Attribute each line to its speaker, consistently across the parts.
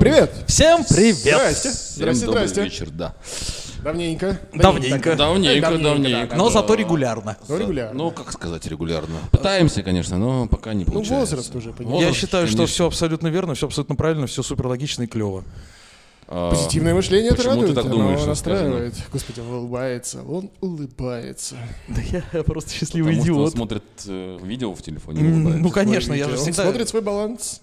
Speaker 1: Всем привет!
Speaker 2: Здрасте.
Speaker 3: Всем
Speaker 2: Здрасте,
Speaker 3: добрый
Speaker 2: здрасте.
Speaker 3: вечер, да.
Speaker 2: Давненько.
Speaker 1: Давненько.
Speaker 3: Давненько,
Speaker 2: Давненько,
Speaker 3: давненько.
Speaker 2: да,
Speaker 1: Но
Speaker 3: да.
Speaker 1: зато регулярно.
Speaker 2: Ну, регулярно. Ну,
Speaker 3: Ну, как сказать регулярно? Пытаемся, конечно, но пока не получается.
Speaker 2: возраст уже, понимаешь.
Speaker 1: Я
Speaker 3: Возраст,
Speaker 1: считаю, что
Speaker 3: конечно.
Speaker 1: все абсолютно верно, все абсолютно правильно, все супер логично и клево.
Speaker 3: А,
Speaker 2: Позитивное мышление это
Speaker 3: почему ты
Speaker 2: радует,
Speaker 3: так
Speaker 2: оно
Speaker 3: думаешь,
Speaker 2: настраивает. Господи, он улыбается, он улыбается.
Speaker 1: Да я просто счастливый
Speaker 3: Потому что он смотрит э, видео в телефоне, улыбается,
Speaker 1: Ну, конечно, я
Speaker 2: Видите,
Speaker 1: же
Speaker 2: он
Speaker 1: всегда,
Speaker 2: смотрит свой баланс,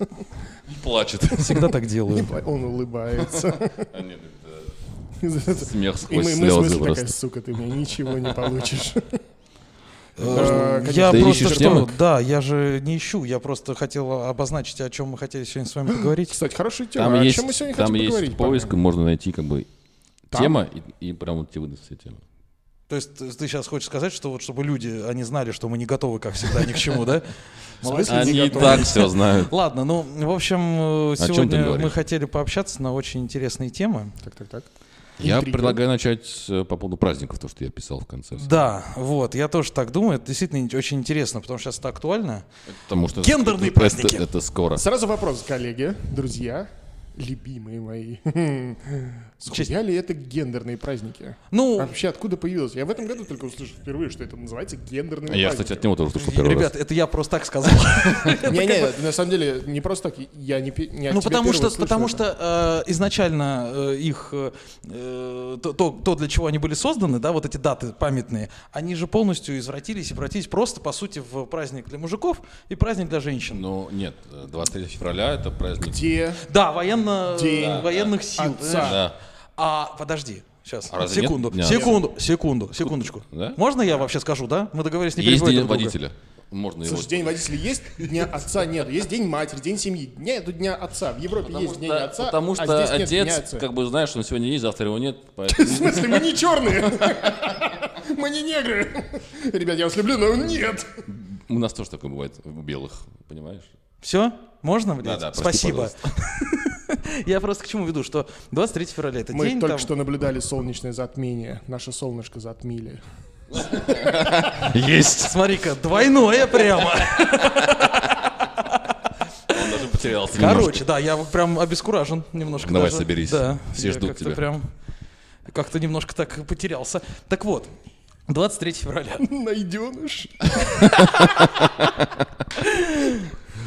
Speaker 3: плачет.
Speaker 1: всегда так делаю.
Speaker 2: он улыбается.
Speaker 3: А, нет, это
Speaker 2: И
Speaker 3: Смех
Speaker 2: мы,
Speaker 3: сквозь
Speaker 2: мы в смысле
Speaker 3: слезы
Speaker 2: такая,
Speaker 3: просто.
Speaker 2: сука, ты мне ничего не получишь.
Speaker 1: Э,
Speaker 2: Э, конечно,
Speaker 1: Я
Speaker 3: Ты
Speaker 1: просто
Speaker 3: ищешь
Speaker 1: что,
Speaker 3: темы?
Speaker 1: да, я же не ищу, я просто хотел обозначить, о чем мы хотели сегодня с вами поговорить.
Speaker 2: Кстати, хорошая тема.
Speaker 3: Там
Speaker 2: а о
Speaker 3: есть,
Speaker 2: чем мы сегодня
Speaker 3: там
Speaker 2: хотим
Speaker 3: есть
Speaker 2: поговорить?
Speaker 3: поиск,
Speaker 2: парни?
Speaker 3: можно найти как бы
Speaker 2: Там?
Speaker 3: тема и, и прям вот тебе выдаст все темы.
Speaker 1: То есть э, ты ты сейчас хочешь сказать, что вот чтобы люди, они знали, что мы не готовы, как всегда, ни к чему, да?
Speaker 2: В смысле, не
Speaker 3: Они и
Speaker 2: готовы?
Speaker 3: так все знают.
Speaker 1: Ладно, ну, в общем, э,
Speaker 3: чем ты
Speaker 1: сегодня мы
Speaker 3: говоришь?
Speaker 1: хотели пообщаться на очень интересные темы.
Speaker 2: Так, так, так.
Speaker 3: Я
Speaker 2: Интрига.
Speaker 3: предлагаю начать с, э, по поводу праздников, то, что я писал в конце.
Speaker 1: Да, вот, я тоже так думаю. Это действительно ин- очень интересно, потому что сейчас это актуально.
Speaker 3: Потому что
Speaker 1: Гендерные
Speaker 3: это-
Speaker 1: праздники.
Speaker 3: Это, это скоро.
Speaker 2: Сразу вопрос, коллеги, друзья, любимые мои. Схуя ли это гендерные праздники?
Speaker 1: Ну,
Speaker 3: А
Speaker 2: Вообще, откуда появилось? Я в этом году только услышал впервые, что это называется гендерными
Speaker 3: Я, кстати, от него тоже услышал первый раз.
Speaker 1: э, ребят, это я просто так сказал.
Speaker 2: Не, не, на самом деле, не просто так. Я не, пи- не от
Speaker 1: Ну,
Speaker 2: тебя
Speaker 1: потому что,
Speaker 2: первого слышу
Speaker 1: потому
Speaker 2: это.
Speaker 1: что э, изначально э, их э, э, то, то- то, для чего они были созданы, да, вот эти даты памятные, они же полностью извратились и превратились просто, по сути, в праздник для мужиков и праздник для женщин.
Speaker 3: Ну, нет, э, 23 февраля это праздник.
Speaker 2: Где?
Speaker 1: Да, военно,
Speaker 2: День
Speaker 1: э, военных сил.
Speaker 2: отца.
Speaker 3: Да.
Speaker 1: А, подожди, сейчас,
Speaker 3: А разве нет
Speaker 1: секунду,
Speaker 3: дня отца?
Speaker 1: секунду, секунду, секундочку.
Speaker 3: Да?
Speaker 1: Можно я вообще скажу, да? Мы договорились не
Speaker 3: Есть
Speaker 1: перебивать
Speaker 3: день
Speaker 1: друг друга.
Speaker 3: водителя. Можно его...
Speaker 2: Слушай, день водителя есть, дня отца нет. Есть день матери, день семьи. Нету дня отца. В Европе есть день
Speaker 3: Да,
Speaker 2: отца,
Speaker 3: потому
Speaker 2: а
Speaker 3: что
Speaker 2: здесь нет дня
Speaker 3: отец,
Speaker 2: отца.
Speaker 3: как бы знаешь, он сегодня есть, завтра его нет. поэтому-
Speaker 2: В смысле, мы не черные. Мы не негры. Ребят, я вас люблю, но нет.
Speaker 3: У нас тоже такое бывает у белых, понимаешь?
Speaker 1: Все? Можно, блядь?
Speaker 3: Да-да, прости,
Speaker 1: Спасибо. Я просто к чему веду, что 23 февраля это
Speaker 2: Мы
Speaker 1: день
Speaker 2: только
Speaker 1: там-
Speaker 2: что наблюдали солнечное затмение. Наше солнышко затмили.
Speaker 3: Есть!
Speaker 1: Смотри-ка, двойное прямо.
Speaker 3: Он даже потерялся
Speaker 1: Короче, да, я прям обескуражен немножко.
Speaker 3: Давай,
Speaker 1: даже.
Speaker 3: соберись.
Speaker 1: Да.
Speaker 3: Все
Speaker 1: Я
Speaker 3: ждут
Speaker 1: как-то
Speaker 3: тебя.
Speaker 1: прям как-то немножко так потерялся. Так вот, 23 февраля.
Speaker 2: Найденыш.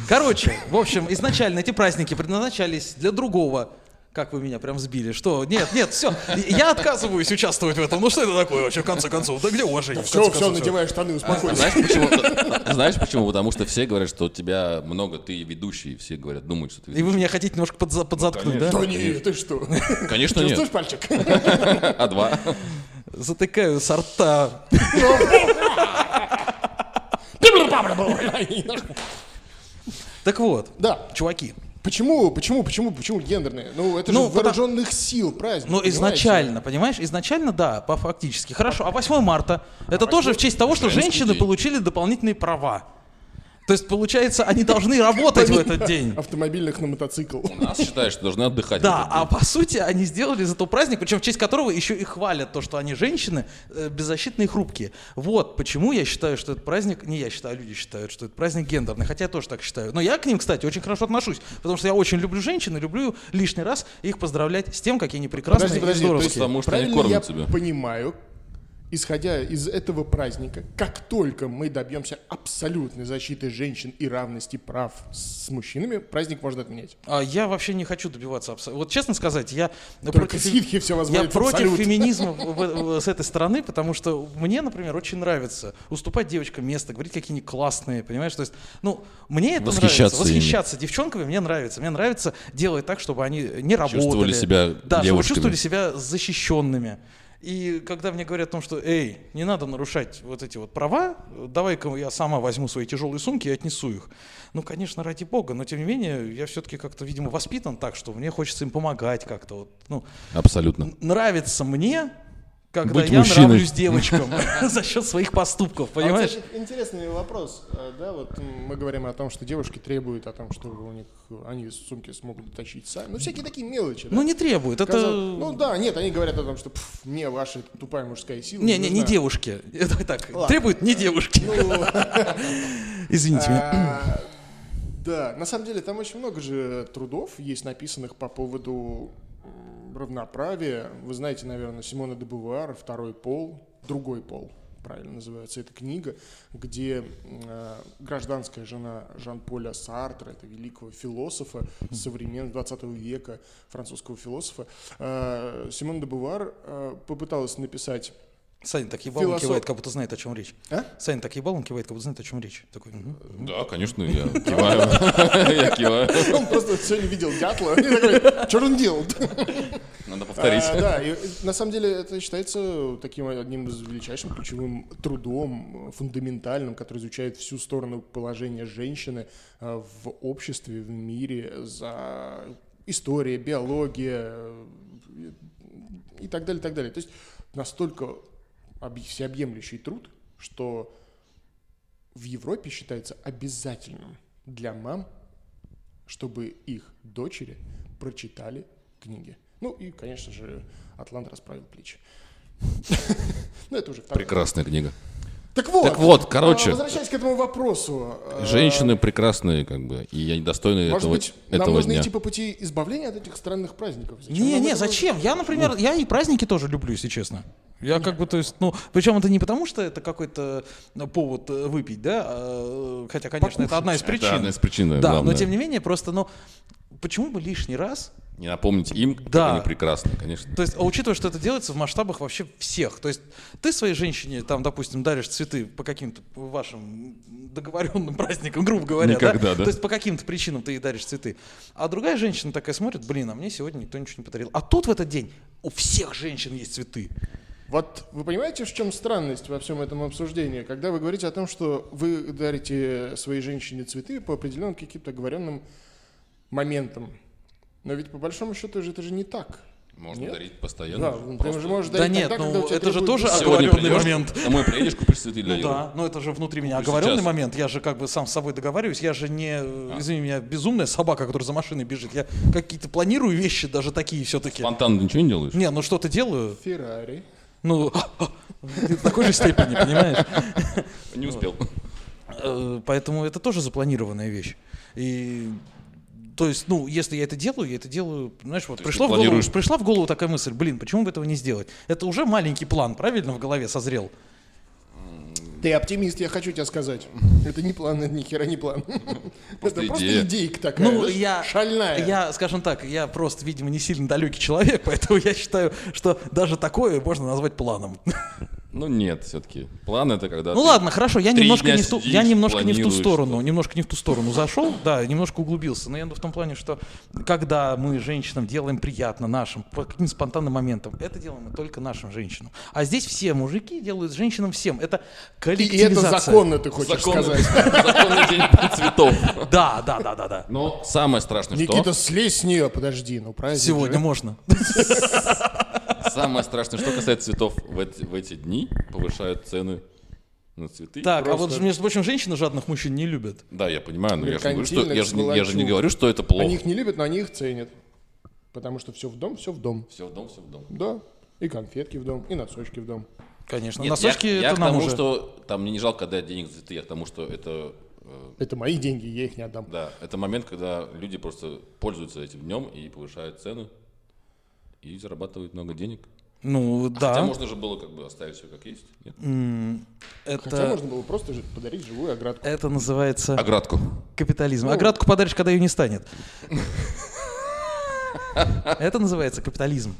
Speaker 1: Короче, в общем, изначально эти праздники предназначались для другого. Как вы меня прям сбили? Что? Нет, нет, все. Я отказываюсь участвовать в этом. Ну что это такое вообще, в конце концов? Да где уважение? в
Speaker 2: Все,
Speaker 1: конце
Speaker 2: все,
Speaker 1: концов, всё?
Speaker 2: надевай штаны, успокойся.
Speaker 3: Знаешь почему? Знаешь почему? Потому что все говорят, что у тебя много, ты ведущий, все говорят, думают, что ты
Speaker 1: И
Speaker 3: ведущий.
Speaker 1: вы меня хотите немножко подза-
Speaker 3: Ну,
Speaker 1: подзаткнуть, да?
Speaker 2: Да нет, ты что?
Speaker 3: Конечно нет.
Speaker 2: Чувствуешь пальчик?
Speaker 3: А два?
Speaker 1: Затыкаю сорта. Так вот,
Speaker 2: Да.
Speaker 1: чуваки,
Speaker 2: Почему, почему, почему, почему гендерные? Ну, это
Speaker 1: Ну,
Speaker 2: же
Speaker 1: потому-
Speaker 2: вооруженных сил праздник.
Speaker 1: Ну,
Speaker 2: понимаете?
Speaker 1: изначально, понимаешь? Изначально, да, по фактически. Хорошо. А 8 марта это тоже в честь того, что
Speaker 3: Женский
Speaker 1: женщины
Speaker 3: день.
Speaker 1: получили дополнительные права. То есть, получается, они должны работать в этот день.
Speaker 2: Автомобильных на мотоцикл.
Speaker 3: Нас считают, что должны отдыхать.
Speaker 1: Да,
Speaker 3: в
Speaker 1: а
Speaker 3: этот
Speaker 1: по сути они сделали за то праздник, причем в честь которого еще и хвалят то, что они женщины э, беззащитные и хрупкие. Вот почему я считаю, что этот праздник, не я считаю, а люди считают, что это праздник гендерный, хотя я тоже так считаю. Но я к ним, кстати, очень хорошо отношусь, потому что я очень люблю женщин и люблю лишний раз их поздравлять с тем, какие они прекрасные
Speaker 2: Подожди, подожди,
Speaker 1: и
Speaker 2: то
Speaker 1: здоровские.
Speaker 2: есть
Speaker 3: Потому что они
Speaker 2: правильно
Speaker 3: кормят
Speaker 2: я
Speaker 3: тебя.
Speaker 2: понимаю, исходя из этого праздника, как только мы добьемся абсолютной защиты женщин и равности прав с мужчинами, праздник можно отменять.
Speaker 1: А я вообще не хочу добиваться абсолютно. Вот честно сказать, я
Speaker 2: Только
Speaker 1: Ну, против,
Speaker 2: ситхи все
Speaker 1: я
Speaker 2: возводят в
Speaker 1: против
Speaker 2: абсолют.
Speaker 1: феминизма в- в- в- с этой стороны, потому что мне, например, очень нравится уступать девочкам место, говорить, какие они классные, понимаешь? То есть, ну, мне это
Speaker 3: Восхищаться
Speaker 1: нравится.
Speaker 3: ими.
Speaker 1: Восхищаться девчонками мне нравится. Мне нравится делать так, чтобы они не работали.
Speaker 3: себя
Speaker 1: Да, чтобы
Speaker 3: девушками.
Speaker 1: чувствовали себя защищенными. И когда мне говорят о том, что, эй, не надо нарушать вот эти вот права, э, давай-ка я сама возьму свои тяжелые сумки и отнесу их. Ну, конечно, ради бога, но тем не менее, я все-таки как-то, видимо, воспитан так, что мне хочется им помогать как-то. Вот, ну,
Speaker 3: день. Абсолютно.
Speaker 1: н- нравится мне, когда
Speaker 3: Быть
Speaker 1: я
Speaker 3: мужчиной.
Speaker 1: нравлюсь девочкам за счет своих поступков, понимаешь?
Speaker 2: А вот, кстати, интересный вопрос, э, да, вот м, мы говорим о том, что девушки требуют о том, что у них э, они сумки смогут тащить сами, ну всякие такие мелочи. да.
Speaker 1: Ну, не требует, это...
Speaker 2: Казал- Ну да, нет, они говорят о том, что «Пф, мне ваша тупая мужская сила.
Speaker 1: Не, не, не
Speaker 2: нужна». Ну,
Speaker 1: девушки. Это так,
Speaker 2: Ладно.
Speaker 1: требует не девушки.
Speaker 2: Ну,
Speaker 1: Извините меня.
Speaker 2: а, Да, на самом деле там очень много же трудов есть написанных по поводу м, равноправия. Вы знаете, наверное, Симона де Бувуар «Второй пол», «Другой пол», правильно называется эта книга, где э, гражданская жена Жан-Поля Сартра, это великого философа современного 20 века, французского философа, э, Симона де Бувуар э, попыталась написать...
Speaker 1: Саня так ебал, он
Speaker 2: Э, Философ.
Speaker 1: кивает, как будто знает, о чем речь.
Speaker 2: А?
Speaker 1: Саня так ебал, он кивает, как будто знает, о чем речь. Такой, «Мгм».
Speaker 3: Да, конечно, я киваю. Я киваю.
Speaker 2: Он просто сегодня видел дятла и такой, что он делал?
Speaker 3: Надо повторить.
Speaker 2: А, да, и, э, на самом деле это считается таким одним из величайшим ключевым трудом, э, фундаментальным, который изучает всю сторону положения женщины э, в обществе, в мире, за история, биология э, и так далее, и так далее. То есть настолько объ- всеобъемлющий труд, что в Европе считается обязательным для мам чтобы их дочери прочитали книги. Ну и, конечно же, Атлант расправил плечи. Ну, это уже второе.
Speaker 3: Прекрасная книга.
Speaker 2: Так вот,
Speaker 3: Так вот,
Speaker 2: а,
Speaker 3: короче.
Speaker 2: Возвращаясь к этому вопросу. а,
Speaker 3: Женщины прекрасные, как бы, и я недостойный
Speaker 2: Может
Speaker 3: этого,
Speaker 2: быть, нам
Speaker 3: этого
Speaker 2: нужно
Speaker 3: дня.
Speaker 2: идти по пути избавления от этих странных праздников. Зачем
Speaker 1: Не,
Speaker 2: нам
Speaker 1: не,
Speaker 2: это
Speaker 1: зачем? Я, например, я и праздники тоже люблю, если честно. Я как бы, то есть, ну, причем это не потому, что это какой-то э, повод э, выпить, да, а, э, хотя, конечно, это одна из причин.
Speaker 3: Это одна из причин,
Speaker 1: да,
Speaker 3: главное.
Speaker 1: но тем не менее, просто, ну, почему бы лишний раз
Speaker 3: Не напомнить им,
Speaker 1: Да.
Speaker 3: как они прекрасны, конечно.
Speaker 1: То есть, а учитывая, что это делается в масштабах вообще всех. То есть, ты своей женщине, там, допустим, даришь цветы по каким-то вашим договоренным праздникам, грубо говоря.
Speaker 3: Никогда, да.
Speaker 1: То есть, по каким-то причинам ты ей даришь цветы. А другая женщина такая смотрит, блин, а мне сегодня никто ничего не подарил. А тут в этот день у всех женщин есть цветы.
Speaker 2: Вот вы понимаете, в чем странность во всем этом обсуждении? Когда вы говорите о том, что вы дарите своей женщине цветы по определенным каким-то оговоренным моментам. Но ведь по большому счету же это же не так.
Speaker 3: Можно
Speaker 2: Нет?
Speaker 3: дарить постоянно.
Speaker 2: Да, ну, ты же можешь
Speaker 1: ну, Да
Speaker 2: дарить
Speaker 1: нет,
Speaker 2: тогда,
Speaker 1: ну,
Speaker 2: когда у тебя
Speaker 1: это же
Speaker 2: требует
Speaker 1: тоже
Speaker 2: душа.
Speaker 1: оговоренный
Speaker 3: Сегодня придешь,
Speaker 1: момент.
Speaker 3: домой приедешь, купишь цветы для
Speaker 1: Ну
Speaker 3: Евы.
Speaker 1: да, но это же внутри меня
Speaker 3: Ну,
Speaker 1: оговоренный
Speaker 3: сейчас. А.
Speaker 1: момент. Я же как бы сам с собой договариваюсь. Я же не, э, извини меня, безумная собака, которая за машиной бежит. Я какие-то планирую вещи, даже такие все-таки.
Speaker 3: Спонтанно ничего не делаешь?
Speaker 1: Не, ну что-то делаю.
Speaker 2: Феррари.
Speaker 1: Ну, в такой же степени, понимаешь?
Speaker 2: Ну,
Speaker 3: Не успел.
Speaker 1: Э, Поэтому это тоже запланированная вещь. И то есть, ну, если я это делаю, я это делаю, знаешь, вот
Speaker 3: То есть
Speaker 1: пришло
Speaker 3: ты
Speaker 1: в, голову,
Speaker 3: планируешь-
Speaker 1: пришла в голову такая мысль, блин, почему бы этого не сделать? Это уже маленький план, правильно, в голове созрел?
Speaker 2: Ты оптимист, я хочу тебе сказать. Это не план, это ни хера не план. Это просто
Speaker 3: идея.
Speaker 2: идейка такая.
Speaker 1: Ну,
Speaker 2: знаешь,
Speaker 1: я...
Speaker 2: Шальная.
Speaker 1: Я, скажем так, я просто, видимо, не сильно далекий человек, поэтому я считаю, что даже такое можно назвать планом.
Speaker 3: Ну нет, все-таки. План это когда
Speaker 1: Ну
Speaker 3: ты-
Speaker 1: ладно, хорошо, я
Speaker 3: три
Speaker 1: немножко,
Speaker 3: дня
Speaker 1: не в ту,
Speaker 3: сидишь,
Speaker 1: я немножко не в ту
Speaker 3: планируешь
Speaker 1: сторону,
Speaker 3: что-то.
Speaker 1: немножко не в ту сторону зашел, да, немножко углубился, но я в том плане, что когда мы женщинам делаем приятно нашим, по каким-то спонтанным моментам, это делаем мы только нашим женщинам. А здесь все мужики делают женщинам всем, это
Speaker 2: И это
Speaker 1: коллективизация.
Speaker 2: законно, ты хочешь
Speaker 3: Законный-
Speaker 2: сказать.
Speaker 3: Законный день цветов.
Speaker 1: Да, да, да, да, да.
Speaker 3: Но самое страшное,
Speaker 2: Никита, слезь с нее, подожди, ну праздник
Speaker 1: Сегодня
Speaker 2: же.
Speaker 1: можно.
Speaker 3: что самое страшное, что касается цветов, в эти, в эти дни повышают цены на цветы.
Speaker 1: Так, а вот,
Speaker 2: Просто-
Speaker 1: между прочим, женщины жадных мужчин не любят.
Speaker 3: Да, я понимаю, но я же, не говорю, что, я,
Speaker 2: Меркантильность,
Speaker 3: же, не- я же не
Speaker 2: волочу.
Speaker 3: говорю, что это плохо.
Speaker 2: Они их не любят, но они их ценят. Потому что все в дом, все в дом.
Speaker 3: Все в дом, все в дом.
Speaker 2: Да. И конфетки в дом, и носочки в дом.
Speaker 1: Конечно,
Speaker 3: Нет,
Speaker 1: носочки
Speaker 3: я, я
Speaker 1: это
Speaker 3: к
Speaker 1: нам
Speaker 3: тому,
Speaker 1: уже.
Speaker 3: что там мне не жалко отдать денег за цветы, я к тому, что это э,
Speaker 2: Это мои деньги, я их не отдам.
Speaker 3: да, это момент, когда люди просто пользуются этим днем и повышают цены и зарабатывают много денег.
Speaker 1: Ну,
Speaker 3: Хотя
Speaker 1: да,
Speaker 3: можно же было как бы оставить все как есть. нет?
Speaker 2: Хотя
Speaker 1: это...
Speaker 2: можно было просто же подарить живую оградку.
Speaker 1: Это называется
Speaker 3: Оградку.
Speaker 1: капитализм.
Speaker 3: Ну.
Speaker 1: Оградку подаришь, когда ее не станет. Это называется капитализм.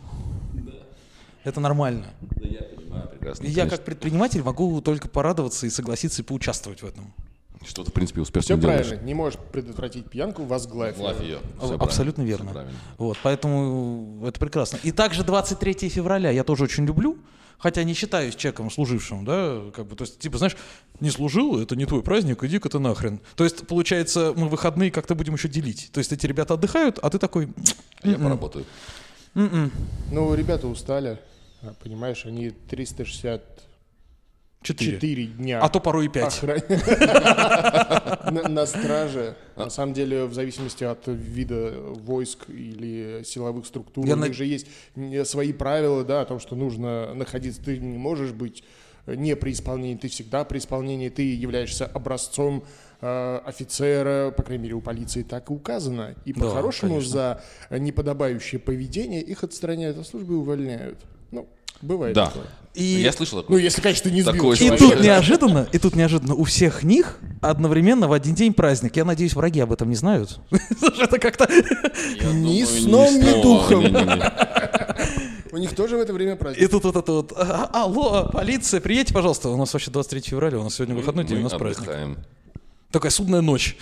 Speaker 1: Это нормально.
Speaker 3: Да я понимаю прекрасно.
Speaker 1: И я
Speaker 3: конечно.
Speaker 1: как предприниматель могу только порадоваться и согласиться и поучаствовать в этом.
Speaker 3: Ну, Что ты, в принципе, успешно
Speaker 2: Все
Speaker 3: делаешь.
Speaker 2: правильно, не можешь предотвратить пьянку, возглавь.
Speaker 3: Лавь ее. Всё
Speaker 1: Абсолютно
Speaker 3: правильно, всё
Speaker 1: верно.
Speaker 3: правильно.
Speaker 1: Вот, поэтому это прекрасно. И также 23 февраля я тоже очень люблю, хотя не считаюсь человеком служившим, да, как бы, то есть, типа, знаешь, не служил, это не твой праздник, иди-ка ты нахрен. То есть, получается, мы выходные как-то будем еще делить. То есть, эти ребята отдыхают, а ты такой,
Speaker 3: А Я поработаю.
Speaker 2: Ну, ребята устали, а, понимаешь, они 364
Speaker 1: четыре.
Speaker 2: дня
Speaker 1: А то порой и пять.
Speaker 2: охраня- на, на страже. На самом деле, в зависимости от вида войск или силовых структур,
Speaker 1: Я
Speaker 2: у
Speaker 1: на-
Speaker 2: э, них же есть м, свои правила, да, о том, что нужно находиться. Ты не можешь быть э, не при исполнении, ты всегда при исполнении, ты являешься образцом э, офицера, по крайней мере, у полиции так и указано. И
Speaker 1: Да,
Speaker 2: по-хорошему
Speaker 1: конечно.
Speaker 2: за неподобающее поведение их отстраняют от службы и увольняют. Ну, бывает
Speaker 3: Да.
Speaker 2: такое.
Speaker 1: И-
Speaker 3: Я слышал
Speaker 2: Ну,
Speaker 3: такое.
Speaker 2: если, конечно, ты не сбил
Speaker 3: Такое
Speaker 1: И
Speaker 2: человека.
Speaker 3: Вообще,
Speaker 1: тут
Speaker 3: да.
Speaker 1: неожиданно, и тут неожиданно у всех них одновременно в один день праздник. Я надеюсь, враги об этом не знают. Потому что Это как-то...
Speaker 3: Я думаю,
Speaker 2: ни сном, ни
Speaker 3: ну, сном, а,
Speaker 2: духом.
Speaker 3: не-не-не.
Speaker 2: У них тоже в это время
Speaker 1: И
Speaker 2: праздник.
Speaker 1: тут вот это вот, «А, алло, полиция, приедьте, пожалуйста. У нас вообще 23 февраля, у нас сегодня выходной день, у
Speaker 3: Мы
Speaker 1: нас праздник.
Speaker 3: отдыхаем.
Speaker 1: Такая судная ночь.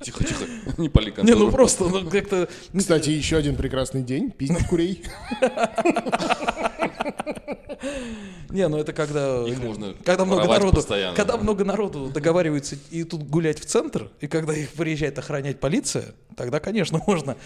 Speaker 3: Тихо, тихо. Не пали
Speaker 1: Не, ну
Speaker 3: контору.
Speaker 1: просто, ну как-то...
Speaker 2: Кстати, еще один прекрасный день. Пиздить курей.
Speaker 1: Не, ну это когда...
Speaker 3: Их можно
Speaker 1: когда много
Speaker 3: воровать
Speaker 1: народу,
Speaker 3: постоянно.
Speaker 1: когда много народу договариваются и тут гулять в центр, и когда их приезжает охранять полиция, тогда, конечно, можно.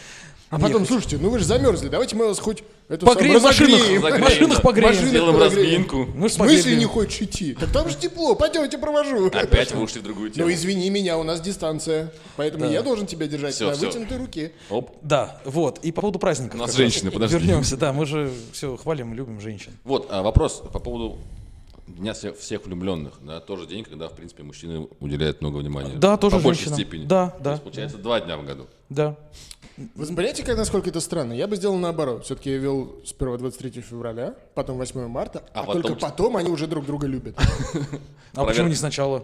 Speaker 2: А потом,
Speaker 1: ехать.
Speaker 2: слушайте, ну вы же замерзли, давайте мы вас хоть эту
Speaker 1: Погреем в
Speaker 2: самую
Speaker 1: машинах,
Speaker 2: разогреем.
Speaker 1: в машинах
Speaker 3: да.
Speaker 1: погреем.
Speaker 2: Машины
Speaker 3: Сделаем
Speaker 2: подогреем.
Speaker 3: разминку. Ну,
Speaker 1: Мы
Speaker 2: В
Speaker 1: ж погребли.
Speaker 2: смысле не хочешь идти? Так там же тепло, пойдем, я тебя провожу.
Speaker 3: Опять вы ушли в другую
Speaker 2: Ну
Speaker 3: тему.
Speaker 2: извини меня, у нас дистанция, поэтому я должен тебя держать
Speaker 3: Всё,
Speaker 2: на
Speaker 3: всё.
Speaker 2: вытянутой руке.
Speaker 3: Оп.
Speaker 1: Да, вот. И по поводу праздников.
Speaker 3: У нас
Speaker 1: как
Speaker 3: женщины,
Speaker 1: раз.
Speaker 3: подожди.
Speaker 1: Вернемся, да, мы же все хвалим, и любим женщин.
Speaker 3: Вот, а вопрос по поводу Дня все- всех влюбленных, да, тоже день, когда, в принципе, мужчины уделяют много внимания.
Speaker 1: Да, тоже
Speaker 3: По большей
Speaker 1: женщинам.
Speaker 3: степени.
Speaker 1: Да,
Speaker 3: То
Speaker 1: да,
Speaker 3: есть, получается, два дня в году.
Speaker 1: Да.
Speaker 2: Вы понимаете, как, насколько это странно? Я бы сделал наоборот. Все-таки я вел сперва 23 февраля, потом 8 марта, а,
Speaker 3: А
Speaker 2: только
Speaker 3: потом-
Speaker 2: потом они уже друг друга любят.
Speaker 1: А
Speaker 3: Проверка.
Speaker 1: почему не сначала?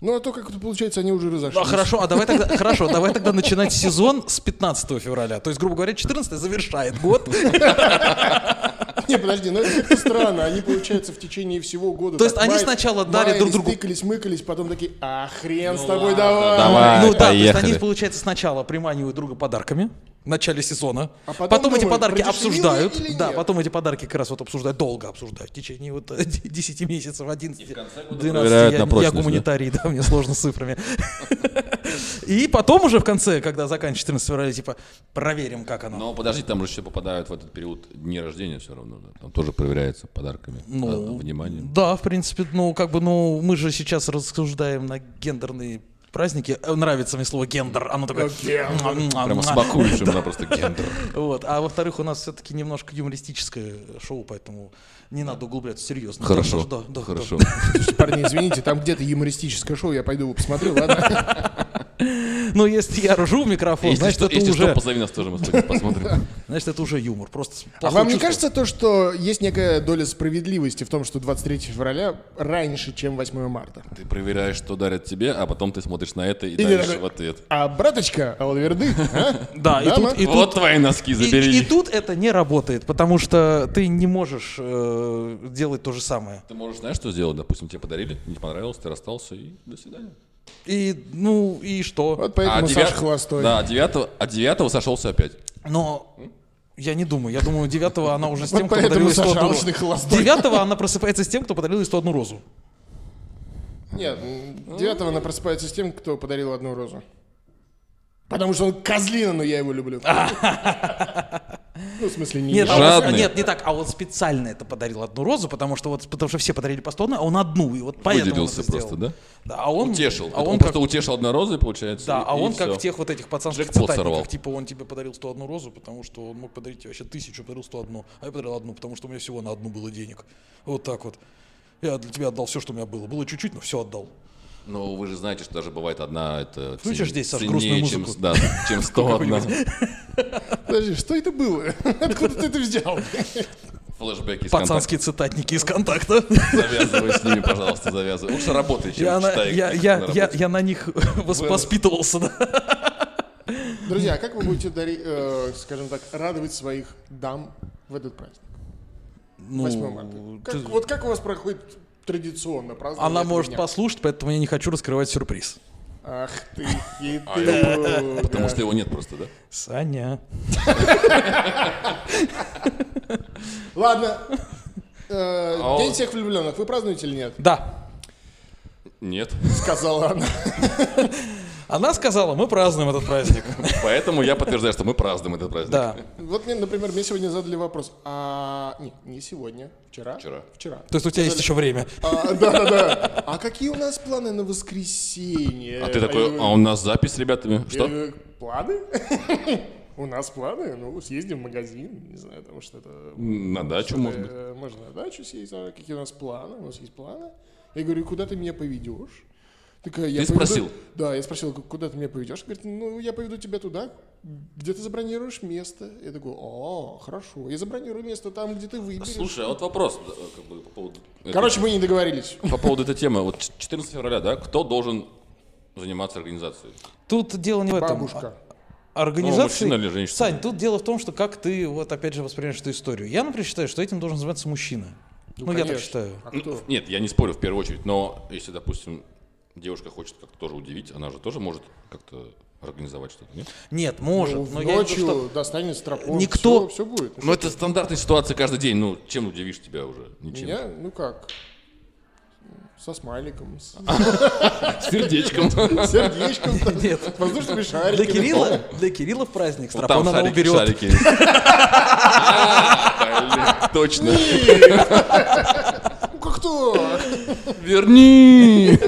Speaker 2: Ну а то, как это получается, они
Speaker 3: Ну,
Speaker 2: уже разошлись.
Speaker 1: А, хорошо, а давай тогда, хорошо, давай тогда начинать сезон с 15 февраля. То есть, грубо говоря, 14 завершает год.
Speaker 2: Не, подожди, ну это как-то странно. Они, получается, в течение всего года...
Speaker 1: То есть
Speaker 2: так
Speaker 1: они
Speaker 2: маялись-
Speaker 1: сначала дали друг
Speaker 2: маялись,
Speaker 1: другу-
Speaker 2: тыкались, мыкались, потом такие, а хрен с тобой, давай.
Speaker 3: А, давай.
Speaker 1: ну да, то есть
Speaker 3: поехали.
Speaker 1: они, получается, сначала приманивают друга подарками в начале сезона,
Speaker 2: А
Speaker 1: потом,
Speaker 2: потом
Speaker 1: эти
Speaker 2: думают,
Speaker 1: подарки
Speaker 2: продешевил я
Speaker 1: обсуждают,
Speaker 2: или
Speaker 1: да,
Speaker 2: нет?
Speaker 1: потом эти подарки как раз вот обсуждают, долго обсуждают, в течение вот э, 10 месяцев, 11, 12,
Speaker 3: проверяют на
Speaker 1: я, я
Speaker 3: прочность, да?
Speaker 1: гуманитарий, да, мне сложно с цифрами. И потом уже в конце, когда заканчивается 14 февраля, типа, проверим, как оно.
Speaker 3: Но подожди, там же все попадают в этот период дни рождения все равно. да. Там тоже проверяется подарками,
Speaker 1: Ну,
Speaker 3: а, вниманием.
Speaker 1: Да, в принципе, ну, как бы, ну, мы же сейчас рассуждаем на гендерные праздники. Э, Нравится мне слово гендер, оно такое... А,
Speaker 3: Прямо смакуешь именно просто гендер.
Speaker 1: Вот. А во-вторых, у нас все-таки немножко юмористическое э, шоу, поэтому не надо углубляться серьезно.
Speaker 3: Хорошо,
Speaker 1: Да, да, да.
Speaker 3: хорошо.
Speaker 2: Слушайте, Парни, извините, там где-то юмористическое шоу, я пойду его посмотрю, ладно?
Speaker 1: Но если я ржу в микрофон,
Speaker 3: Если
Speaker 1: значит,
Speaker 3: что,
Speaker 1: это
Speaker 3: если
Speaker 1: уже,
Speaker 3: что, позови нас тоже, мы сегодня посмотрим.
Speaker 1: значит, это уже юмор. Просто
Speaker 2: А
Speaker 1: плохое
Speaker 2: вам не
Speaker 1: чувство.
Speaker 2: кажется то, что есть некая доля справедливости в том, что 23 февраля раньше, чем 8 марта?
Speaker 3: Ты проверяешь, что дарят тебе, а потом ты смотришь на это и
Speaker 2: Или
Speaker 3: даришь
Speaker 2: такой-
Speaker 3: в ответ.
Speaker 2: А браточка Алверды, а?
Speaker 1: Да, и
Speaker 2: Дама?
Speaker 1: тут, и тут
Speaker 3: Вот твои носки,
Speaker 1: И-
Speaker 3: забери.
Speaker 1: И, тут это не работает, потому что ты не можешь э, делать то же самое.
Speaker 3: Ты можешь, знаешь, что сделать? Допустим, тебе подарили, не понравилось, ты расстался и до свидания.
Speaker 1: И ну и что?
Speaker 2: Вот поэтому
Speaker 3: девят-
Speaker 2: Саша Холостой.
Speaker 3: Да, а девятого, а девятого сошелся опять.
Speaker 1: Но я не думаю. Я думаю, девятого она уже с тем,
Speaker 2: Вот
Speaker 1: кто
Speaker 2: поэтому
Speaker 1: подарил ей
Speaker 2: Саша
Speaker 1: 101
Speaker 2: алчный
Speaker 1: розу.
Speaker 2: холостой.
Speaker 1: Девятого она просыпается с тем, кто подарил ей 101 розу.
Speaker 2: Нет, м, девятого она просыпается с тем, кто подарил одну розу. Потому что он козлина, но я его люблю. Ну, в смысле, не
Speaker 1: Нет,
Speaker 2: я.
Speaker 1: а вот-
Speaker 3: Жадные.
Speaker 1: нет, не так. А вот специально это подарил одну розу, потому что вот потому что все подарили по 101, а он одну. И вот поэтому он
Speaker 3: Выделился
Speaker 1: это сделал.
Speaker 3: просто, да?
Speaker 1: а он
Speaker 3: Утешил.
Speaker 1: А
Speaker 3: он,
Speaker 1: он как,
Speaker 3: просто утешил одной розой, получается.
Speaker 1: да, а
Speaker 3: и
Speaker 1: он как
Speaker 3: всё.
Speaker 1: в тех вот этих пацанских
Speaker 3: Джекпот
Speaker 1: цитатниках,
Speaker 3: сорвал.
Speaker 1: типа он тебе подарил 101 розу, потому что он мог подарить тебе вообще тысячу, подарил 101, а я подарил одну, потому что у меня всего на одну было денег. Вот так вот. Я для тебя отдал все, что у меня было. Было чуть-чуть, но все отдал.
Speaker 3: Ну, вы же знаете, что даже бывает одна это
Speaker 1: Включишь здесь, Саш,
Speaker 3: ценнее,
Speaker 1: грустную
Speaker 3: чем,
Speaker 1: музыку?
Speaker 3: да, чем сто одна.
Speaker 2: Подожди, что это было? Откуда ты это взял?
Speaker 3: Флэшбэки из контакта.
Speaker 1: Пацанские цитатники из контакта.
Speaker 3: Завязывай с ними, пожалуйста, завязывай. Лучше работай, чем
Speaker 1: Я, на-
Speaker 3: читай.
Speaker 1: я,
Speaker 3: их
Speaker 1: я,
Speaker 3: на
Speaker 1: я,
Speaker 3: работе.
Speaker 1: я на них вос- воспитывался, да.
Speaker 2: Друзья, а как вы будете, дари- э, скажем так, радовать своих дам в этот праздник?
Speaker 3: Ну,
Speaker 1: Ну,
Speaker 2: 8 марта. Как-
Speaker 1: ты-
Speaker 2: Вот как у вас проходит традиционно празднование?
Speaker 1: Она
Speaker 2: этого
Speaker 1: может
Speaker 2: дня?
Speaker 1: послушать, поэтому я не хочу раскрывать сюрприз.
Speaker 2: Ах ты
Speaker 3: А я-
Speaker 2: хитрюга.
Speaker 3: Потому что его нет просто, да?
Speaker 1: Саня.
Speaker 2: Ладно. Э,
Speaker 3: А
Speaker 2: День
Speaker 3: он-
Speaker 2: всех влюбленных. Вы празднуете или нет?
Speaker 1: Да.
Speaker 3: Нет.
Speaker 2: Сказала она.
Speaker 1: Она сказала, мы празднуем этот праздник.
Speaker 3: Поэтому я подтверждаю, что мы празднуем этот праздник.
Speaker 1: Да.
Speaker 2: Вот мне, например, мне сегодня задали вопрос. А, не, не сегодня, вчера.
Speaker 3: Вчера.
Speaker 2: Вчера.
Speaker 1: То есть у тебя есть еще время.
Speaker 2: А, Да-да-да. А какие у нас планы на воскресенье?
Speaker 3: А ты
Speaker 2: я
Speaker 3: такой,
Speaker 2: говорю,
Speaker 3: а у нас запись с ребятами.
Speaker 2: я
Speaker 3: Что?
Speaker 2: говорю, Планы? Э, У нас планы, ну, съездим в магазин, не знаю, потому что это...
Speaker 3: На дачу,
Speaker 2: что-то,
Speaker 3: может быть.
Speaker 2: э, Можно на дачу съездить, а какие у нас планы, у нас есть планы. Я говорю, куда ты меня поведешь? Такая, я
Speaker 3: Ты
Speaker 2: поведу-
Speaker 3: спросил?
Speaker 2: Да, я спросил, куда ты меня поведешь? Говорит, ну, я поведу тебя туда, где ты забронируешь место. Я такой, а, хорошо, я забронирую место там, где ты выберешь.
Speaker 3: Слушай, а вот вопрос э, как бы, по поводу... этой-
Speaker 2: Короче, мы не договорились.
Speaker 3: По поводу этой темы. Вот ч- 14 февраля, да? Кто должен заниматься организацией?
Speaker 1: Тут дело не в этом.
Speaker 2: Бабушка.
Speaker 1: Организации...
Speaker 3: Ну, мужчина или женщина?
Speaker 1: Сань, тут дело в том, что как ты, вот опять же, воспринимаешь эту историю. Я, например, считаю, что этим должен заниматься мужчина. Ну, я так
Speaker 2: конечно.
Speaker 1: считаю.
Speaker 2: А кто?
Speaker 3: Нет, я не спорю в первую очередь, но если, допустим, девушка хочет как-то тоже удивить, она же тоже может как-то организовать что-то, нет?
Speaker 1: Нет, может,
Speaker 2: Ну,
Speaker 1: но я имею в виду,
Speaker 2: ночью
Speaker 1: что...
Speaker 2: достанет стропон.
Speaker 1: Никто-
Speaker 2: Все, будет. Ну,
Speaker 3: Ну это стандартная ситуация каждый день, ну чем удивишь тебя уже? Ничем.
Speaker 2: Меня, ну как, со смайликом, с
Speaker 3: С сердечком.
Speaker 2: сердечком, там,
Speaker 1: Нет.
Speaker 2: воздушными
Speaker 1: Для
Speaker 2: шариками.
Speaker 1: Кирилла, для Кирилла в праздник
Speaker 3: Вот Там
Speaker 1: стропон она
Speaker 3: шарики,
Speaker 1: уберет.
Speaker 3: шарики. А, блин, Точно.
Speaker 2: Ну как то?
Speaker 3: Верни!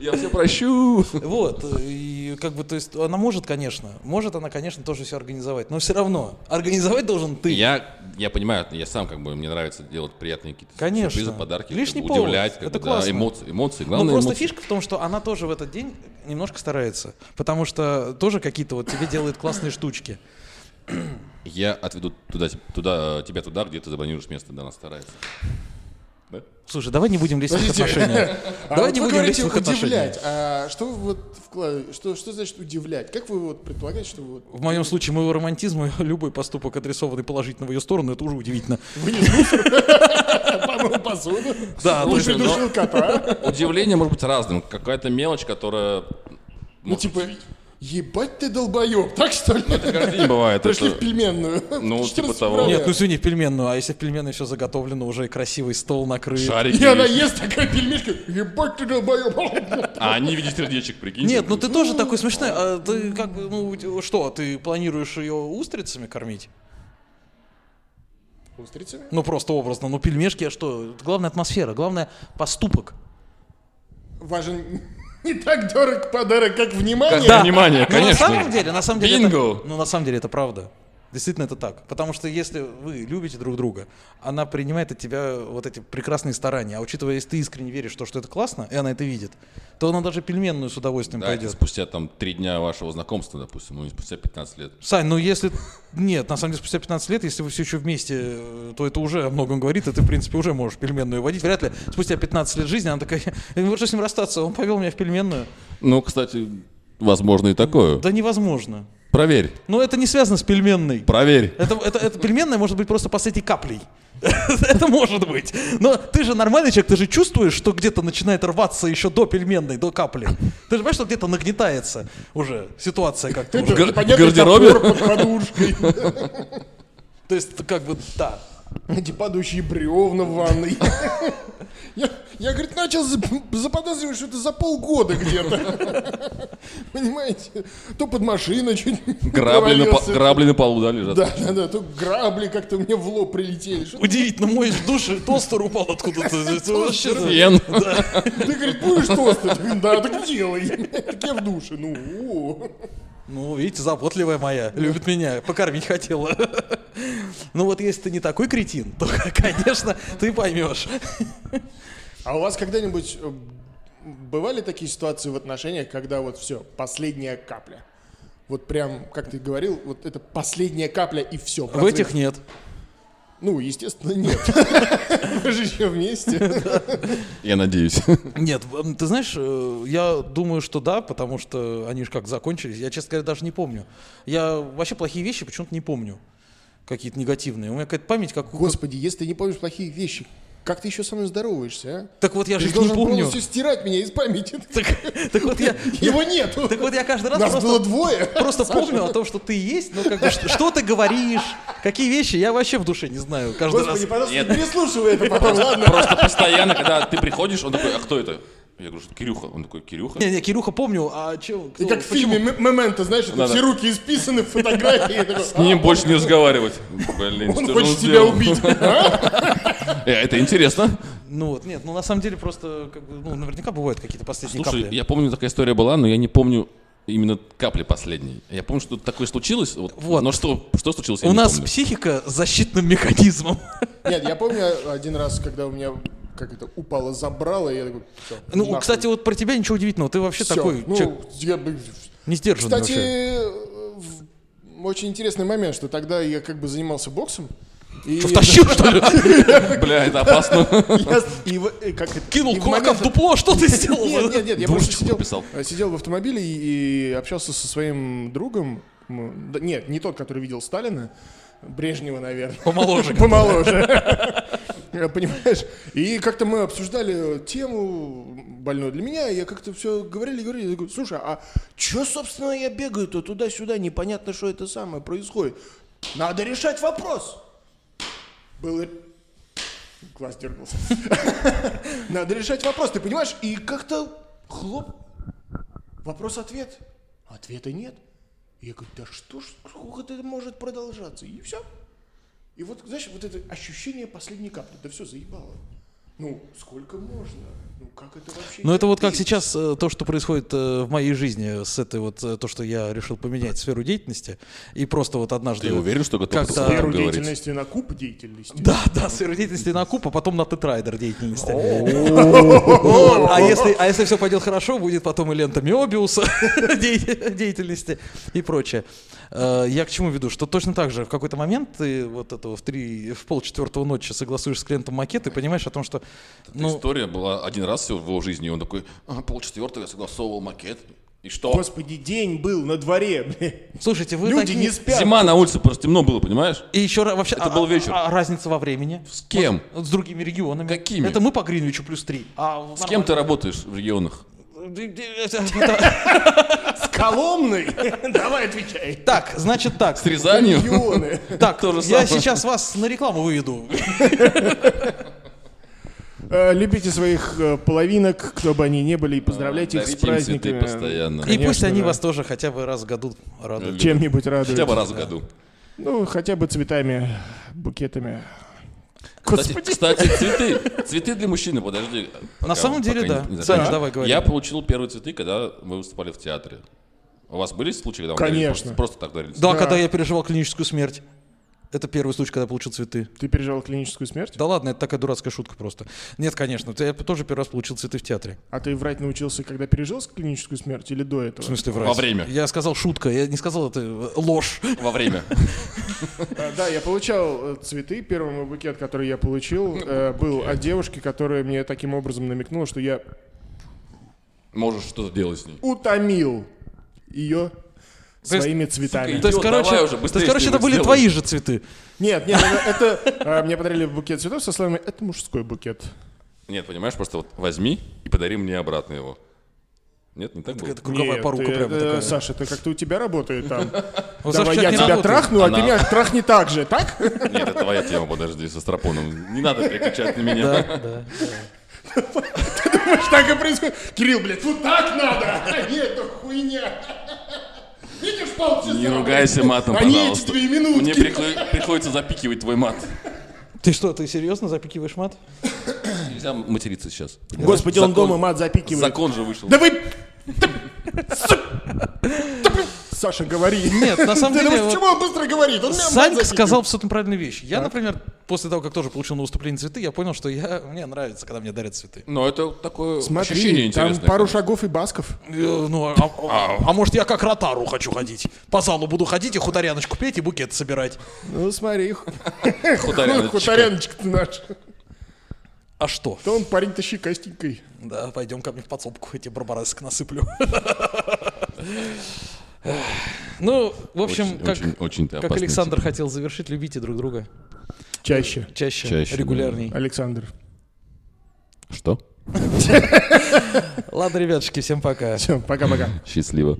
Speaker 3: Я все прощу.
Speaker 1: Вот, и как бы, то есть, она может, конечно, может она, конечно, тоже все организовать, но все равно, организовать должен ты.
Speaker 3: Я, я понимаю, я сам как бы, мне нравится делать приятные какие-то
Speaker 1: Конечно.
Speaker 3: сюрпризы, подарки,
Speaker 1: Лишний
Speaker 3: как бы, удивлять,
Speaker 1: повод.
Speaker 3: как
Speaker 1: Это
Speaker 3: бы, да,
Speaker 1: классно.
Speaker 3: эмоции, эмоции,
Speaker 1: Ну,
Speaker 3: главное
Speaker 1: просто
Speaker 3: эмоции.
Speaker 1: фишка в том, что она тоже в этот день немножко старается, потому что тоже какие-то вот тебе делают классные штучки.
Speaker 3: Я отведу туда, туда, тебя туда, где ты забронируешь место, да, она старается. Да?
Speaker 1: Слушай, давай не будем лезть в их
Speaker 2: Подождите.
Speaker 1: отношения. Давай
Speaker 2: А вот
Speaker 1: не
Speaker 2: вы
Speaker 1: будем лезть
Speaker 2: говорите
Speaker 1: в их отношения.
Speaker 2: удивлять. А что вы вот вкла- что, что значит удивлять? Как вы вот предполагаете, что вы вот...
Speaker 1: В моем случае моего романтизма любой поступок, адресованный положительно в ее сторону, это уже удивительно.
Speaker 2: Помыл посуду,
Speaker 1: Да,
Speaker 2: не
Speaker 1: точно, но-
Speaker 2: придушил кота.
Speaker 3: Удивление может быть разным. Какая-то мелочь, которая...
Speaker 2: Ну
Speaker 3: может,
Speaker 2: типа, ебать ты долбоеб, так что ли?
Speaker 3: каждый день бывает.
Speaker 2: Пришли
Speaker 3: это-
Speaker 2: в пельменную.
Speaker 3: Ну,
Speaker 2: 14
Speaker 3: типа того.
Speaker 2: февраля.
Speaker 1: Нет, ну сегодня в пельменную, а если в пельменной все заготовлено, уже и красивый стол накрыт.
Speaker 3: Шарики.
Speaker 2: И она
Speaker 3: есть.
Speaker 2: ест такая пельмешка, ебать ты долбоеб.
Speaker 3: А они в виде сердечек, прикинь.
Speaker 1: Нет, ну ты тоже такой смешной. А ты как бы, ну что, ты планируешь ее устрицами кормить?
Speaker 2: Устрицами?
Speaker 1: Ну просто образно, ну пельмешки, а что? Главная атмосфера, главное поступок.
Speaker 2: Важен не так дорог подарок, как внимание.
Speaker 3: Да. Внимание,
Speaker 1: Ну,
Speaker 3: конечно.
Speaker 1: на самом деле, на самом деле,
Speaker 3: Бинго.
Speaker 1: это, ну на самом деле это правда. Действительно это так. Потому что если вы любите друг друга, она принимает от тебя вот эти прекрасные старания. А учитывая, если ты искренне веришь в то, что это классно, и она это видит, то она даже пельменную с удовольствием
Speaker 3: Да, это
Speaker 1: пойдет.
Speaker 3: спустя там три дня вашего знакомства, допустим, ну и спустя 15 лет.
Speaker 1: Сань, ну если... Нет, на самом деле, спустя 15 лет, если вы все еще вместе, э, то это уже о многом говорит, и ты, в принципе, уже можешь пельменную водить. Вряд ли спустя 15 лет жизни она такая, «Э, вот что с ним расстаться, он повел меня в пельменную.
Speaker 3: Ну, кстати, возможно и такое.
Speaker 1: Да невозможно.
Speaker 3: Проверь,
Speaker 1: Но это не связано с пельменной.
Speaker 3: проверь.
Speaker 1: Это, это, это пельменная может быть просто последней каплей. Это может быть. Но ты же нормальный человек, ты же чувствуешь, что где-то начинает рваться еще до пельменной, до капли. Ты же понимаешь, что где-то нагнетается уже ситуация как-то уже.
Speaker 3: Гар-
Speaker 2: Непонятный
Speaker 3: гардеробе?
Speaker 2: топор под подушкой.
Speaker 1: То есть, как бы, да.
Speaker 2: Эти падающие бревна в ванной. Я, я, говорит, начал зап- заподозривать, что это за полгода где-то. Понимаете? То под машиной чуть не
Speaker 3: Грабли на, по-
Speaker 2: провалился.
Speaker 3: грабли на полу, да, лежат?
Speaker 2: Да, да, да. То грабли как-то мне в лоб прилетели. Что
Speaker 1: Удивительно, мой душ тостер упал откуда-то. Это вообще-
Speaker 3: Фен.
Speaker 2: Ты, говорит, будешь тост? Я говорю, Да, так делай. Так я в душе. Ну, о.
Speaker 1: Ну, видите, заботливая моя, любит меня, покормить хотела. Ну вот если ты не такой кретин, то, конечно, ты поймешь.
Speaker 2: А у вас когда-нибудь э, бывали такие ситуации в отношениях, когда вот все, последняя капля? Вот прям, как ты говорил, вот это последняя капля и все.
Speaker 1: В этих нет.
Speaker 2: Ну, естественно, нет. Вы же еще вместе.
Speaker 3: Я надеюсь.
Speaker 1: Нет, м, ты знаешь, э, я думаю, что да, потому что они же как закончились. Я, честно говоря, даже не помню. Я вообще плохие вещи почему-то не помню. Какие-то негативные. У меня какая-то память, как... у-
Speaker 2: Господи, если ты не помнишь плохие вещи, как ты еще со мной здороваешься, а?
Speaker 1: Так вот я
Speaker 2: Ты
Speaker 1: же
Speaker 2: же
Speaker 1: их не
Speaker 2: должен
Speaker 1: помню.
Speaker 2: полностью стирать меня из памяти.
Speaker 1: Так, так вот я...
Speaker 2: Его нету.
Speaker 1: Так вот я каждый раз
Speaker 2: Нас
Speaker 1: просто...
Speaker 2: было двое.
Speaker 1: Просто помню о том, что ты есть, но как бы что, что ты говоришь, какие вещи, я вообще в душе не знаю. Каждый
Speaker 2: Господи,
Speaker 1: раз.
Speaker 2: пожалуйста,
Speaker 3: Нет.
Speaker 2: не переслушивай это потом, ладно?
Speaker 3: Просто постоянно, когда ты приходишь, он такой, а кто это? Я говорю, Кирюха. Он такой, Кирюха?
Speaker 1: Не, не, Кирюха помню, а че,
Speaker 2: И как в фильме «М- «Мементо», знаешь, это
Speaker 3: Да-да.
Speaker 2: все руки исписаны, фотографии. Я такой,
Speaker 3: С ним А, больше не разговаривать. Блин,
Speaker 2: Он
Speaker 3: что же
Speaker 2: хочет тебя
Speaker 3: сделал?
Speaker 2: убить.
Speaker 3: Э, это интересно.
Speaker 1: Ну вот, нет, ну на самом деле просто, как бы, ну наверняка бывают какие-то последние
Speaker 3: Слушай,
Speaker 1: капли.
Speaker 3: я помню, такая история была, но я не помню, именно капли последней. Я помню, что такое случилось. Вот.
Speaker 1: Вот.
Speaker 3: Но что, что случилось, я
Speaker 1: У
Speaker 3: не
Speaker 1: нас
Speaker 3: помню.
Speaker 1: психика с защитным механизмом.
Speaker 2: Нет, я помню один раз, когда у меня как это упало, забрало, и я такой, «Всё,
Speaker 1: Ну,
Speaker 2: нахуй,
Speaker 1: кстати, вот про тебя ничего удивительного. Ты вообще
Speaker 2: всё».
Speaker 1: такой
Speaker 2: Ну,
Speaker 1: человек
Speaker 2: я бы-
Speaker 1: не сдержанный
Speaker 2: Кстати,
Speaker 1: вообще.
Speaker 2: э, в- очень интересный момент, что тогда я как бы занимался боксом. И
Speaker 1: Что, втащил, что ли?
Speaker 3: Бля, это опасно.
Speaker 2: Я с- и в- э, как это-
Speaker 1: Кинул
Speaker 2: и в
Speaker 1: кулака в
Speaker 2: момент-
Speaker 1: дупло, что ты сделал?
Speaker 2: Нет, нет, нет, я
Speaker 3: Дурочку
Speaker 2: просто сидел,
Speaker 3: подписал.
Speaker 2: э, сидел в автомобиле и, и общался со своим другом. М, да, нет, не тот, который видел Сталина, Брежнева, наверное.
Speaker 1: Помоложе.
Speaker 2: Помоложе. Э, Понимаешь? И как-то мы обсуждали тему больную для меня, и я как-то все говорили, говорили, я говорю, слушай, а что, собственно, я бегаю-то туда-сюда, непонятно, что это самое происходит. Надо решать вопрос. Было... Глаз дергался. Надо решать вопрос, ты понимаешь? И как-то хлоп. Вопрос-ответ. Ответа нет. Я говорю, да что ж, сколько это может продолжаться? И все. И вот, знаешь, вот это ощущение последней капли, да все, заебало. Ну, сколько можно? Ну, как это вообще?
Speaker 1: Ну, это вот как
Speaker 2: терпеть?
Speaker 1: сейчас э, то, что происходит э, в моей жизни с этой вот, э, то, что я решил поменять сферу деятельности, и просто вот однажды...
Speaker 3: Ты уверен, что готов
Speaker 1: Как-то-
Speaker 3: с этим
Speaker 2: Сферу
Speaker 3: говорить?
Speaker 2: деятельности на куб деятельности.
Speaker 1: Да, да, сферу деятельности на куб, а потом на тетрайдер деятельности. Вот, А если, а если все пойдет хорошо, будет потом и лента Мёбиуса де- деятельности и прочее. Э, Я к чему веду? Что точно так же в какой-то момент ты вот этого в три, в полчетвертого ночи согласуешь с клиентом макет и понимаешь о том, что...
Speaker 3: Эта
Speaker 1: Ну,
Speaker 3: История была один раз всего в его жизни, и он такой, а, полчетвертого я согласовывал макет. И что?
Speaker 2: Господи, день был на дворе, блядь.
Speaker 1: слушайте, вы
Speaker 2: Люди
Speaker 1: такие-
Speaker 2: не спят.
Speaker 3: Зима на улице, просто темно было, понимаешь?
Speaker 1: И еще ра- вообще...
Speaker 3: Это
Speaker 1: а-
Speaker 3: был вечер.
Speaker 1: а- а разница во времени?
Speaker 3: С кем?
Speaker 1: Вот С другими регионами.
Speaker 3: Какими?
Speaker 1: Это мы по Гринвичу плюс 3. А
Speaker 3: С кем ты работаешь в регионах?
Speaker 2: С Коломной? Давай отвечай.
Speaker 1: Так, значит так.
Speaker 3: С Рязанью?
Speaker 2: Регионы.
Speaker 1: Так,
Speaker 3: То же
Speaker 1: я
Speaker 3: самое.
Speaker 1: сейчас вас на рекламу выведу.
Speaker 2: Э, Любите своих э, половинок, кто бы они ни были, и поздравляйте их с
Speaker 3: Дарите им цветы
Speaker 2: праздниками.
Speaker 3: постоянно.
Speaker 1: И пусть
Speaker 2: Конечно,
Speaker 1: они
Speaker 2: да.
Speaker 1: вас тоже хотя бы раз в году радуют.
Speaker 2: Чем-нибудь радуют.
Speaker 3: Хотя бы раз в году.
Speaker 2: Ну, хотя бы цветами, букетами.
Speaker 3: Кстати,
Speaker 2: Господи.
Speaker 3: кстати, цветы. Цветы для мужчины, подожди. пока-
Speaker 1: самом деле,
Speaker 3: пока
Speaker 1: да.
Speaker 3: не- не
Speaker 1: Саня,
Speaker 3: закончим.
Speaker 1: давай, говори.
Speaker 3: Я получил первые цветы, когда мы выступали в театре. У вас были случаи, когда вам дарили
Speaker 2: Конечно.
Speaker 3: просто, просто так дарили?
Speaker 1: Да, когда я переживал клиническую смерть. Это первый случай, когда я получил цветы.
Speaker 2: Ты переживал клиническую смерть?
Speaker 1: Да ладно, это такая дурацкая шутка просто. Нет, конечно, я тоже первый раз получил цветы в театре.
Speaker 2: А ты врать научился, когда пережил клиническую смерть или до этого?
Speaker 1: В смысле, врать.
Speaker 3: время.
Speaker 1: Я сказал шутка, я не сказал это э, ложь.
Speaker 3: Во время.
Speaker 2: А, Да, я получал э, цветы. Первый мой букет, который я получил, э, был от девушки, которая мне таким образом намекнула, что я
Speaker 3: Можешь что-то делать с ней.
Speaker 2: утомил ее
Speaker 1: То есть,
Speaker 2: своими
Speaker 3: сука,
Speaker 2: цветами.
Speaker 1: То есть,
Speaker 3: Идиот, давай
Speaker 1: короче,
Speaker 3: уже,
Speaker 1: то есть,
Speaker 3: быстрее,
Speaker 1: короче
Speaker 3: что-нибудь
Speaker 1: это были
Speaker 3: сделай.
Speaker 1: твои же цветы.
Speaker 2: Нет, нет, это э, мне подарили букет цветов со словами «это мужской букет».
Speaker 3: Нет, понимаешь, просто вот возьми и подари мне обратно его. Нет, не так было?
Speaker 1: Это круговая
Speaker 2: Нет,
Speaker 1: порука
Speaker 2: ты,
Speaker 1: прямо
Speaker 2: э,
Speaker 1: такая.
Speaker 2: Саша, это как-то у тебя работает там.
Speaker 1: Вот, Саша,
Speaker 2: Давай я
Speaker 1: человек не
Speaker 2: тебя
Speaker 1: работает.
Speaker 2: трахну, а ты
Speaker 3: Она-
Speaker 2: меня трахни так же, так?
Speaker 3: Нет, это твоя тема, подожди, со стропоном. Не надо переключать на меня.
Speaker 1: Да, да.
Speaker 2: Так и происходит. Кирилл, блядь, вот так надо, а не эта хуйня. Видишь, полчаса?
Speaker 3: Не ругайся матом,
Speaker 2: Они эти
Speaker 3: пожалуйста.
Speaker 2: две минутки.
Speaker 3: Мне приклю- приходится запикивать твой мат.
Speaker 1: Ты что, ты серьезно запикиваешь мат?
Speaker 3: Нельзя материться сейчас.
Speaker 2: Господи, он
Speaker 3: Закон-
Speaker 2: дома мат запикивает.
Speaker 3: Закон же вышел.
Speaker 2: Да вы... Да, су- да, блин. Саша, говори.
Speaker 1: Нет, на самом
Speaker 2: Ты
Speaker 1: деле,
Speaker 2: думаешь,
Speaker 1: вот
Speaker 2: Почему он быстро говорит? Он меня мат
Speaker 1: Санька
Speaker 2: запикивает.
Speaker 1: сказал абсолютно правильную вещь. Я, например, после того, как тоже получил на выступление цветы, я понял, что я, мне нравится, когда мне дарят цветы.
Speaker 3: Но это такое ощущение
Speaker 2: Смотри, там
Speaker 3: интересное.
Speaker 2: пару шагов и басков.
Speaker 1: Э, Ну, а, а- а может, я как ротару хочу ходить? По залу буду ходить и хуторяночку петь и букет собирать.
Speaker 2: Ну, смотри, их.
Speaker 3: Хуторяночка.
Speaker 2: хуторяночка ты наш.
Speaker 1: А что?
Speaker 2: То он парень тащи костенькой.
Speaker 1: Да, пойдем ко мне в подсобку, эти барбарасок насыплю. Ну, в общем,
Speaker 3: Очень-
Speaker 1: как,
Speaker 3: очень- очень ты
Speaker 1: как
Speaker 3: опасный
Speaker 1: Александр
Speaker 3: тип.
Speaker 1: хотел завершить, любите друг друга.
Speaker 2: Чаще.
Speaker 1: Чаще,
Speaker 3: Чаще,
Speaker 1: регулярней.
Speaker 2: Александр.
Speaker 3: Что?
Speaker 1: Ладно, ребятушки, всем пока.
Speaker 2: Все, пока-пока.
Speaker 3: Счастливо.